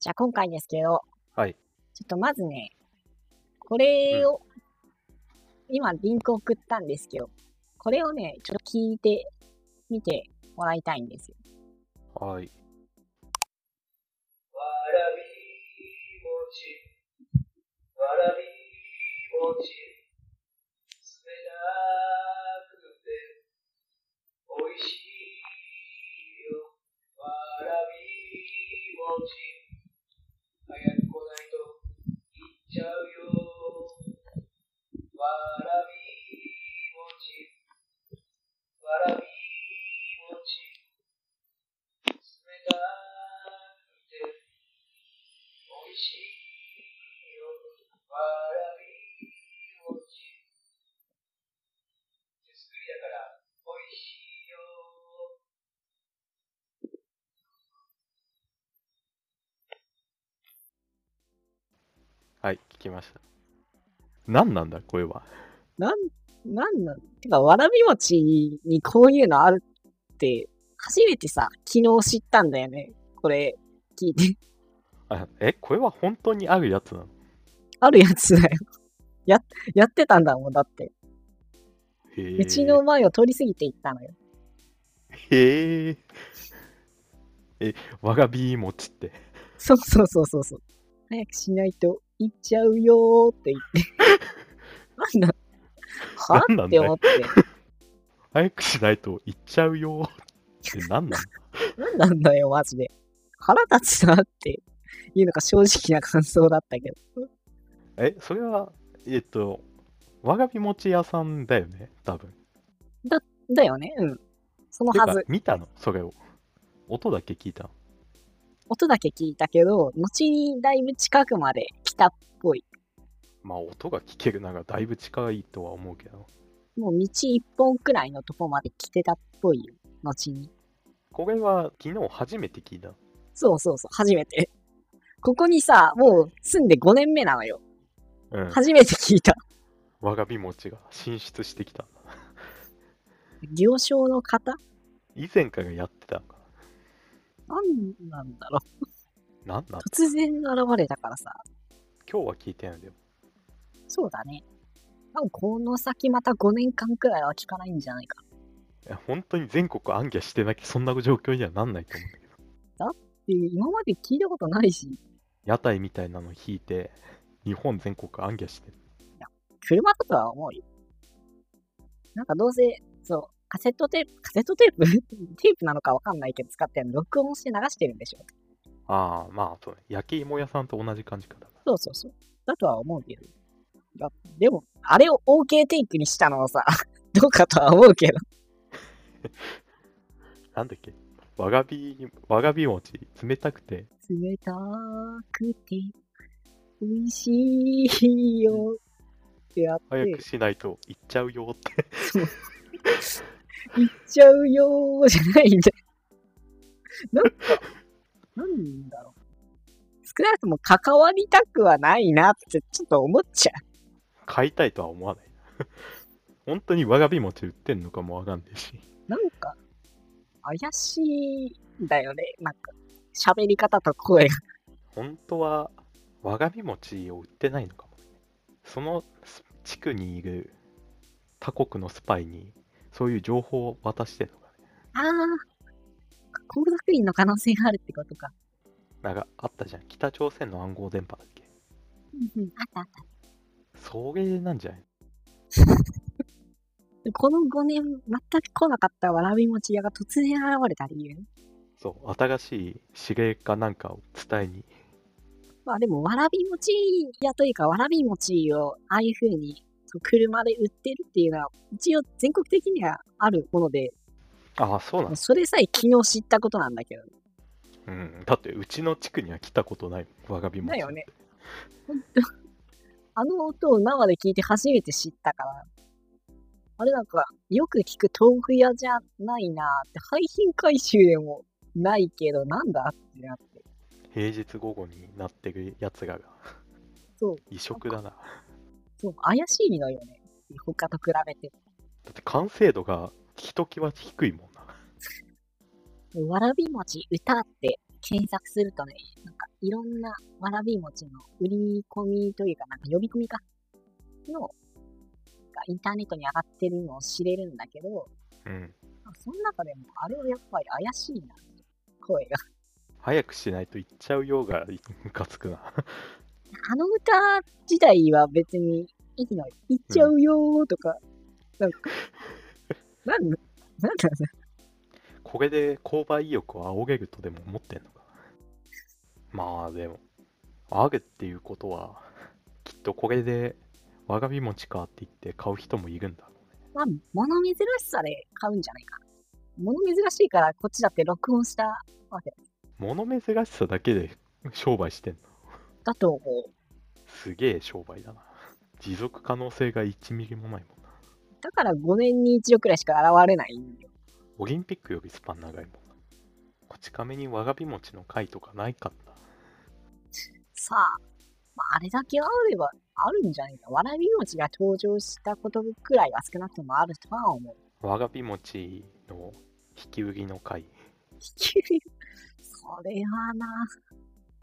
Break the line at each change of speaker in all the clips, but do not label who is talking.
じゃあ今回ですけど、
はい。
ちょっとまずね、これを、今リンク送ったんですけど、これをね、ちょっと聞いてみてもらいたいんですよ。
はい。
わらび餅。わらび餅。冷たくて、美味しいよ。わらび餅。早く来ないと、行っちゃうよ。わらび餅。わらび餅。冷たくて美味しいよ。わらび餅。早く来ないと行っ手作りだから美味しいよ。
はい、聞きました。何なんだ、これは。
なん、なんなんてか、わらび餅にこういうのあるって、初めてさ、昨日知ったんだよね。これ、聞いて。
あえ、これは本当にあるやつなの
あるやつだよ。や、やってたんだもん、だって。
へー
うちの。前を通り過ぎていったのよ。
へえ。 え、わがび餅って。
そうそうそうそうそう。早くしないと行っちゃうよーって言って。なんだは
なんなん
っ
だ
て
よ
思って。
早くしないと行っちゃうよって何なんだ
なんなんだよ、マジで。腹立つなっていうのが正直な感想だったけど。
え、それは、えっと、わがび餅屋さんだよね、多分。
だよね、うん。その
てか
はず。
見たの、それを。音だけ聞いたの。
音だけ聞いたけど、後にだいぶ近くまで来た。
まあ、音が聞けるならだいぶ近いとは思うけど。
もう道一本くらいのとこまで来てたっぽいよ。後に。
これは昨日初めて聞いた。
そうそうそう、初めて。ここにさ、もう住んで5年目なのよ。
うん。
初めて聞いた。
わがび餅が進出してきたんだ。
行商の方
以前からやってたのか
なんなんだろ
な。なんなん
う。突然現れたからさ。
今日は聞いてないんだよ。
そうだね。多分この先また5年間くらいは聞かないんじゃないか。
いや本当に全国暗挙してなきゃそんな状況にはなんないと思うんだけど。
で、今まで聞いたことないし、
屋台みたいなの引いて、日本全国暗挙してる。
車だとは思うよ。なんかどうせ、そう、カセットテープ、カセットテープ テープなのかわかんないけど使ってんの録音して流してるんでしょ。
ああ、まあ、そうね。焼き芋屋さんと同じ感じかだな。
そうそうそう。だとは思うけど。だでも、あれを OK テイクにしたのはさ、 どうかとは思うけど。
なんだっけわがび、わがび餅、冷たくて、
冷たくて、美味しいよってやって、
早く
行
しないと行っちゃうよって。
っちゃうよーじゃないんだよ。なんか、なんだろう。少なくとも関わりたくはないなってちょっと思っちゃ
買いたいとは思わない。 本当にわがび餅売ってんのかもわかんないし。
う。なんか、怪しいんだよね。なんか、喋り方と声が。
本当はわがび餅を売ってないのかもねそのす地区にいる他国のスパイにそういう情報を渡してるのかね
あー、工作員の可能性があるってことか。
なんかあったじゃん北朝鮮の暗号電波だっけ
うんうん、あったあった。そ
れなんじゃない
この5年、全く来なかったわらび餅屋が突然現れた理由。
そう新しい指令かなんかを伝えに
まあでも、わらび餅屋というか、わらび餅をああいう風にそう車で売ってるっていうのは、一応全国的にはあるもので、
ああそうなんだ、
それさえ昨日知ったことなんだけど、
うん、だってうちの地区には来たことないわがび餅
だよねあの音を生で聞いて初めて知ったから、あれなんか、よく聞く豆腐屋じゃないなーって、廃品回収でもないけど、なんだってなって。
平日午後になってるやつらが
そう
異色だな
そう、怪しいのよね。他と比べて。
だって完成度がひときわ低いもんな
わらび餅歌って検索するとね、なんかいろんなわらび餅の売り込みというか、なんか呼び込みか、の、がインターネットに上がってるのを知れるんだけど、
うん。
まあその中でもあれはやっぱり怪しいなって声が。
早くしないと行っちゃうようがムカつくな。
あの歌自体は別にいいのよ。行っちゃうよーとか、なんか、なんなんだろうな
これで購買意欲を仰げるとでも思ってんのかな。まあでも、あげっていうことは、きっとこれでわがび餅かって言って買う人もいるんだろうね。
まあ、物珍しさで買うんじゃないかな。物珍しいから、こっちだって録音したわけだ。
物珍しさだけで商売してんの。
だと思う。
すげえ商売だな。持続可能性が1ミリもないもんな。
だから5年に1度くらいしか現れないんよ。
オリンピックよりスパン長いもんな。こち亀にわがび餅の会とかないかった。
さあ、まあ、あれだけあれば、あるんじゃないか。わらび餅が登場したことくらいは少なくともあるとは思う。
わがび餅の引き売りの会。
引き受けそれはな、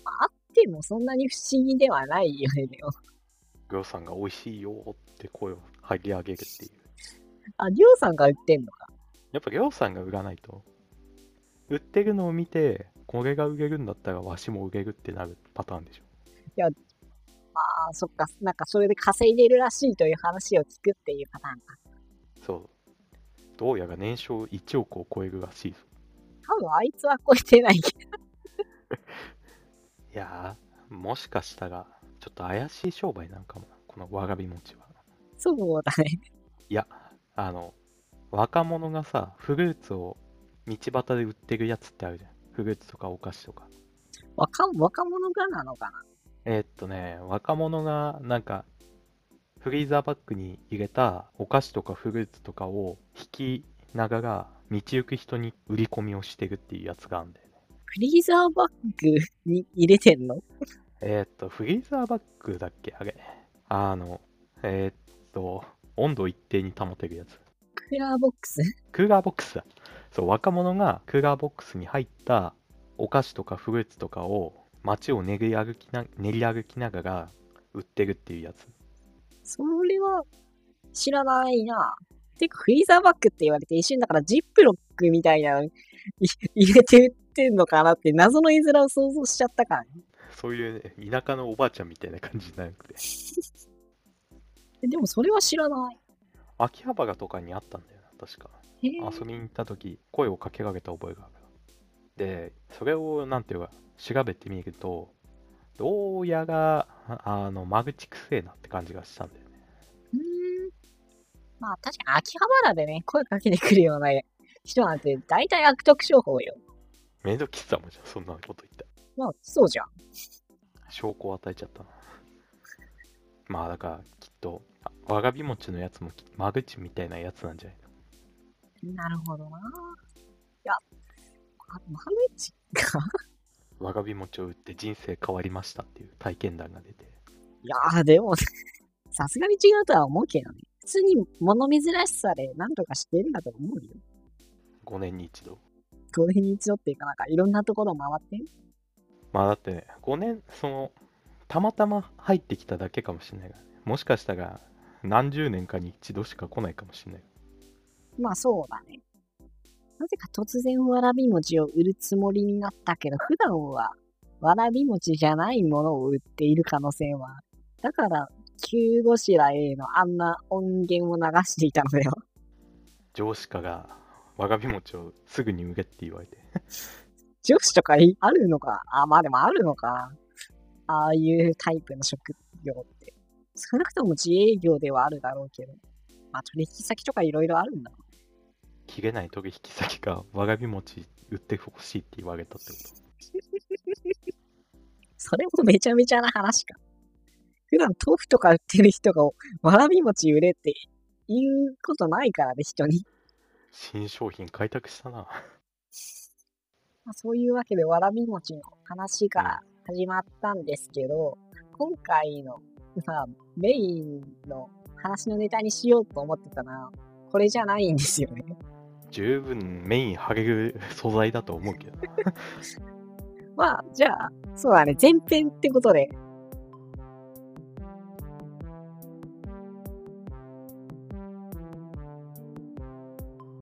まああってもそんなに不思議ではないよね。でも
りょうさんが美味しいよって声を張り上げるっていう。
あ、りょうさんが売ってんのか。
やっぱりょうさんが売らないと。売ってるのを見て、これが売れるんだったらわしも売れるってなるパターンでしょ。
まあ、そっか、なんかそれで稼いでるらしいという話を聞くっていうパターンか。
そう。どうやら年商1億を超えるらしいぞ。
多分あいつは超えてないけど。
いやー、もしかしたら、ちょっと怪しい商売なんかもな、このわがび餅は。
そうだね。
いや、あの、若者がさ、フルーツを道端で売ってるやつってあるじゃん。フルーツとかお菓子とか。
若若者がなのかな。
えーっとね、若者がなんか、フリーザーバッグに入れたお菓子とかフルーツとかを引きながら、道行く人に売り込みをしてるっていうやつがあるんだよね。
フリーザーバッグに入れてんの
えーっと、フリーザーバッグだっけあれ。あの、えーっと、温度を一定に保てるやつ。
クーラーボックス
クーラーボックスだ。そう、若者がクーラーボックスに入ったお菓子とかフルーツとかを街を練り歩きな練り歩きながら売ってるっていうやつ。
それは知らないな。てか、フリーザーバッグって言われて一瞬だからジップロックみたいな のに入れて売ってんのかなって謎の絵面を想像しちゃったからね。
そういう、ね、田舎のおばあちゃんみたいな感じじゃなくて。
でもそれは知らない。
秋葉原とかにあったんだよな、確か。
へえ
遊びに行った時、声をかけかけた覚えがある。で、それを、なんていうか、調べてみると、どうやら、ああの、間口くせえなって感じがしたんだよね。
うーん。まあ確かに秋葉原でね、声かけてくるような人なんて大体悪徳商法よ。
メイド喫茶もじゃんそんなこと言ったら
まあそうじゃん。
証拠を与えちゃったな。まあだからきっと、あわがび餅のやつもき間口みたいなやつなんじゃないか。
なるほどな。いや、あ間口か。
わがび餅を売って人生変わりましたっていう体験談が出て。
いやー、でも、さすがに違うとは思うけどね。普通に物珍しさで何とかしてるんだと思うよ。
5年に一度。
これに一度っていうか、なんかいろんなところを回って。
まあだってね、5年、その、たまたま入ってきただけかもしれないからね。もしかしたら、何十年かに一度しか来ないかもしれない。
まあそうだね。なぜか突然わらび餅を売るつもりになったけど、普段はわらび餅じゃないものを売っている可能性はある。だから、急ごしらへのあんな音源を流していたのでは。
上司かが、わがび餅をすぐに売れって言われて。
女子とかいあるのかあ、まあでもあるのか。ああいうタイプの職業って。少なくとも自営業ではあるだろうけど。まあ取引先とかいろいろあるんだろう。
切れない取引先がわがび餅売ってほしいって言われたってこと。
それもめちゃめちゃな話か。普段豆腐とか売ってる人がわらび餅売れって言うことないからね、人に。
新商品開拓したな。
まあ、そういうわけでわらび餅の話から始まったんですけど、今回の、まあ、メインの話のネタにしようと思ってたな。これじゃないんですよね。
十分メイン張れる素材だと思うけどな。
まあ、じゃあ、そうだね、前編ってことで、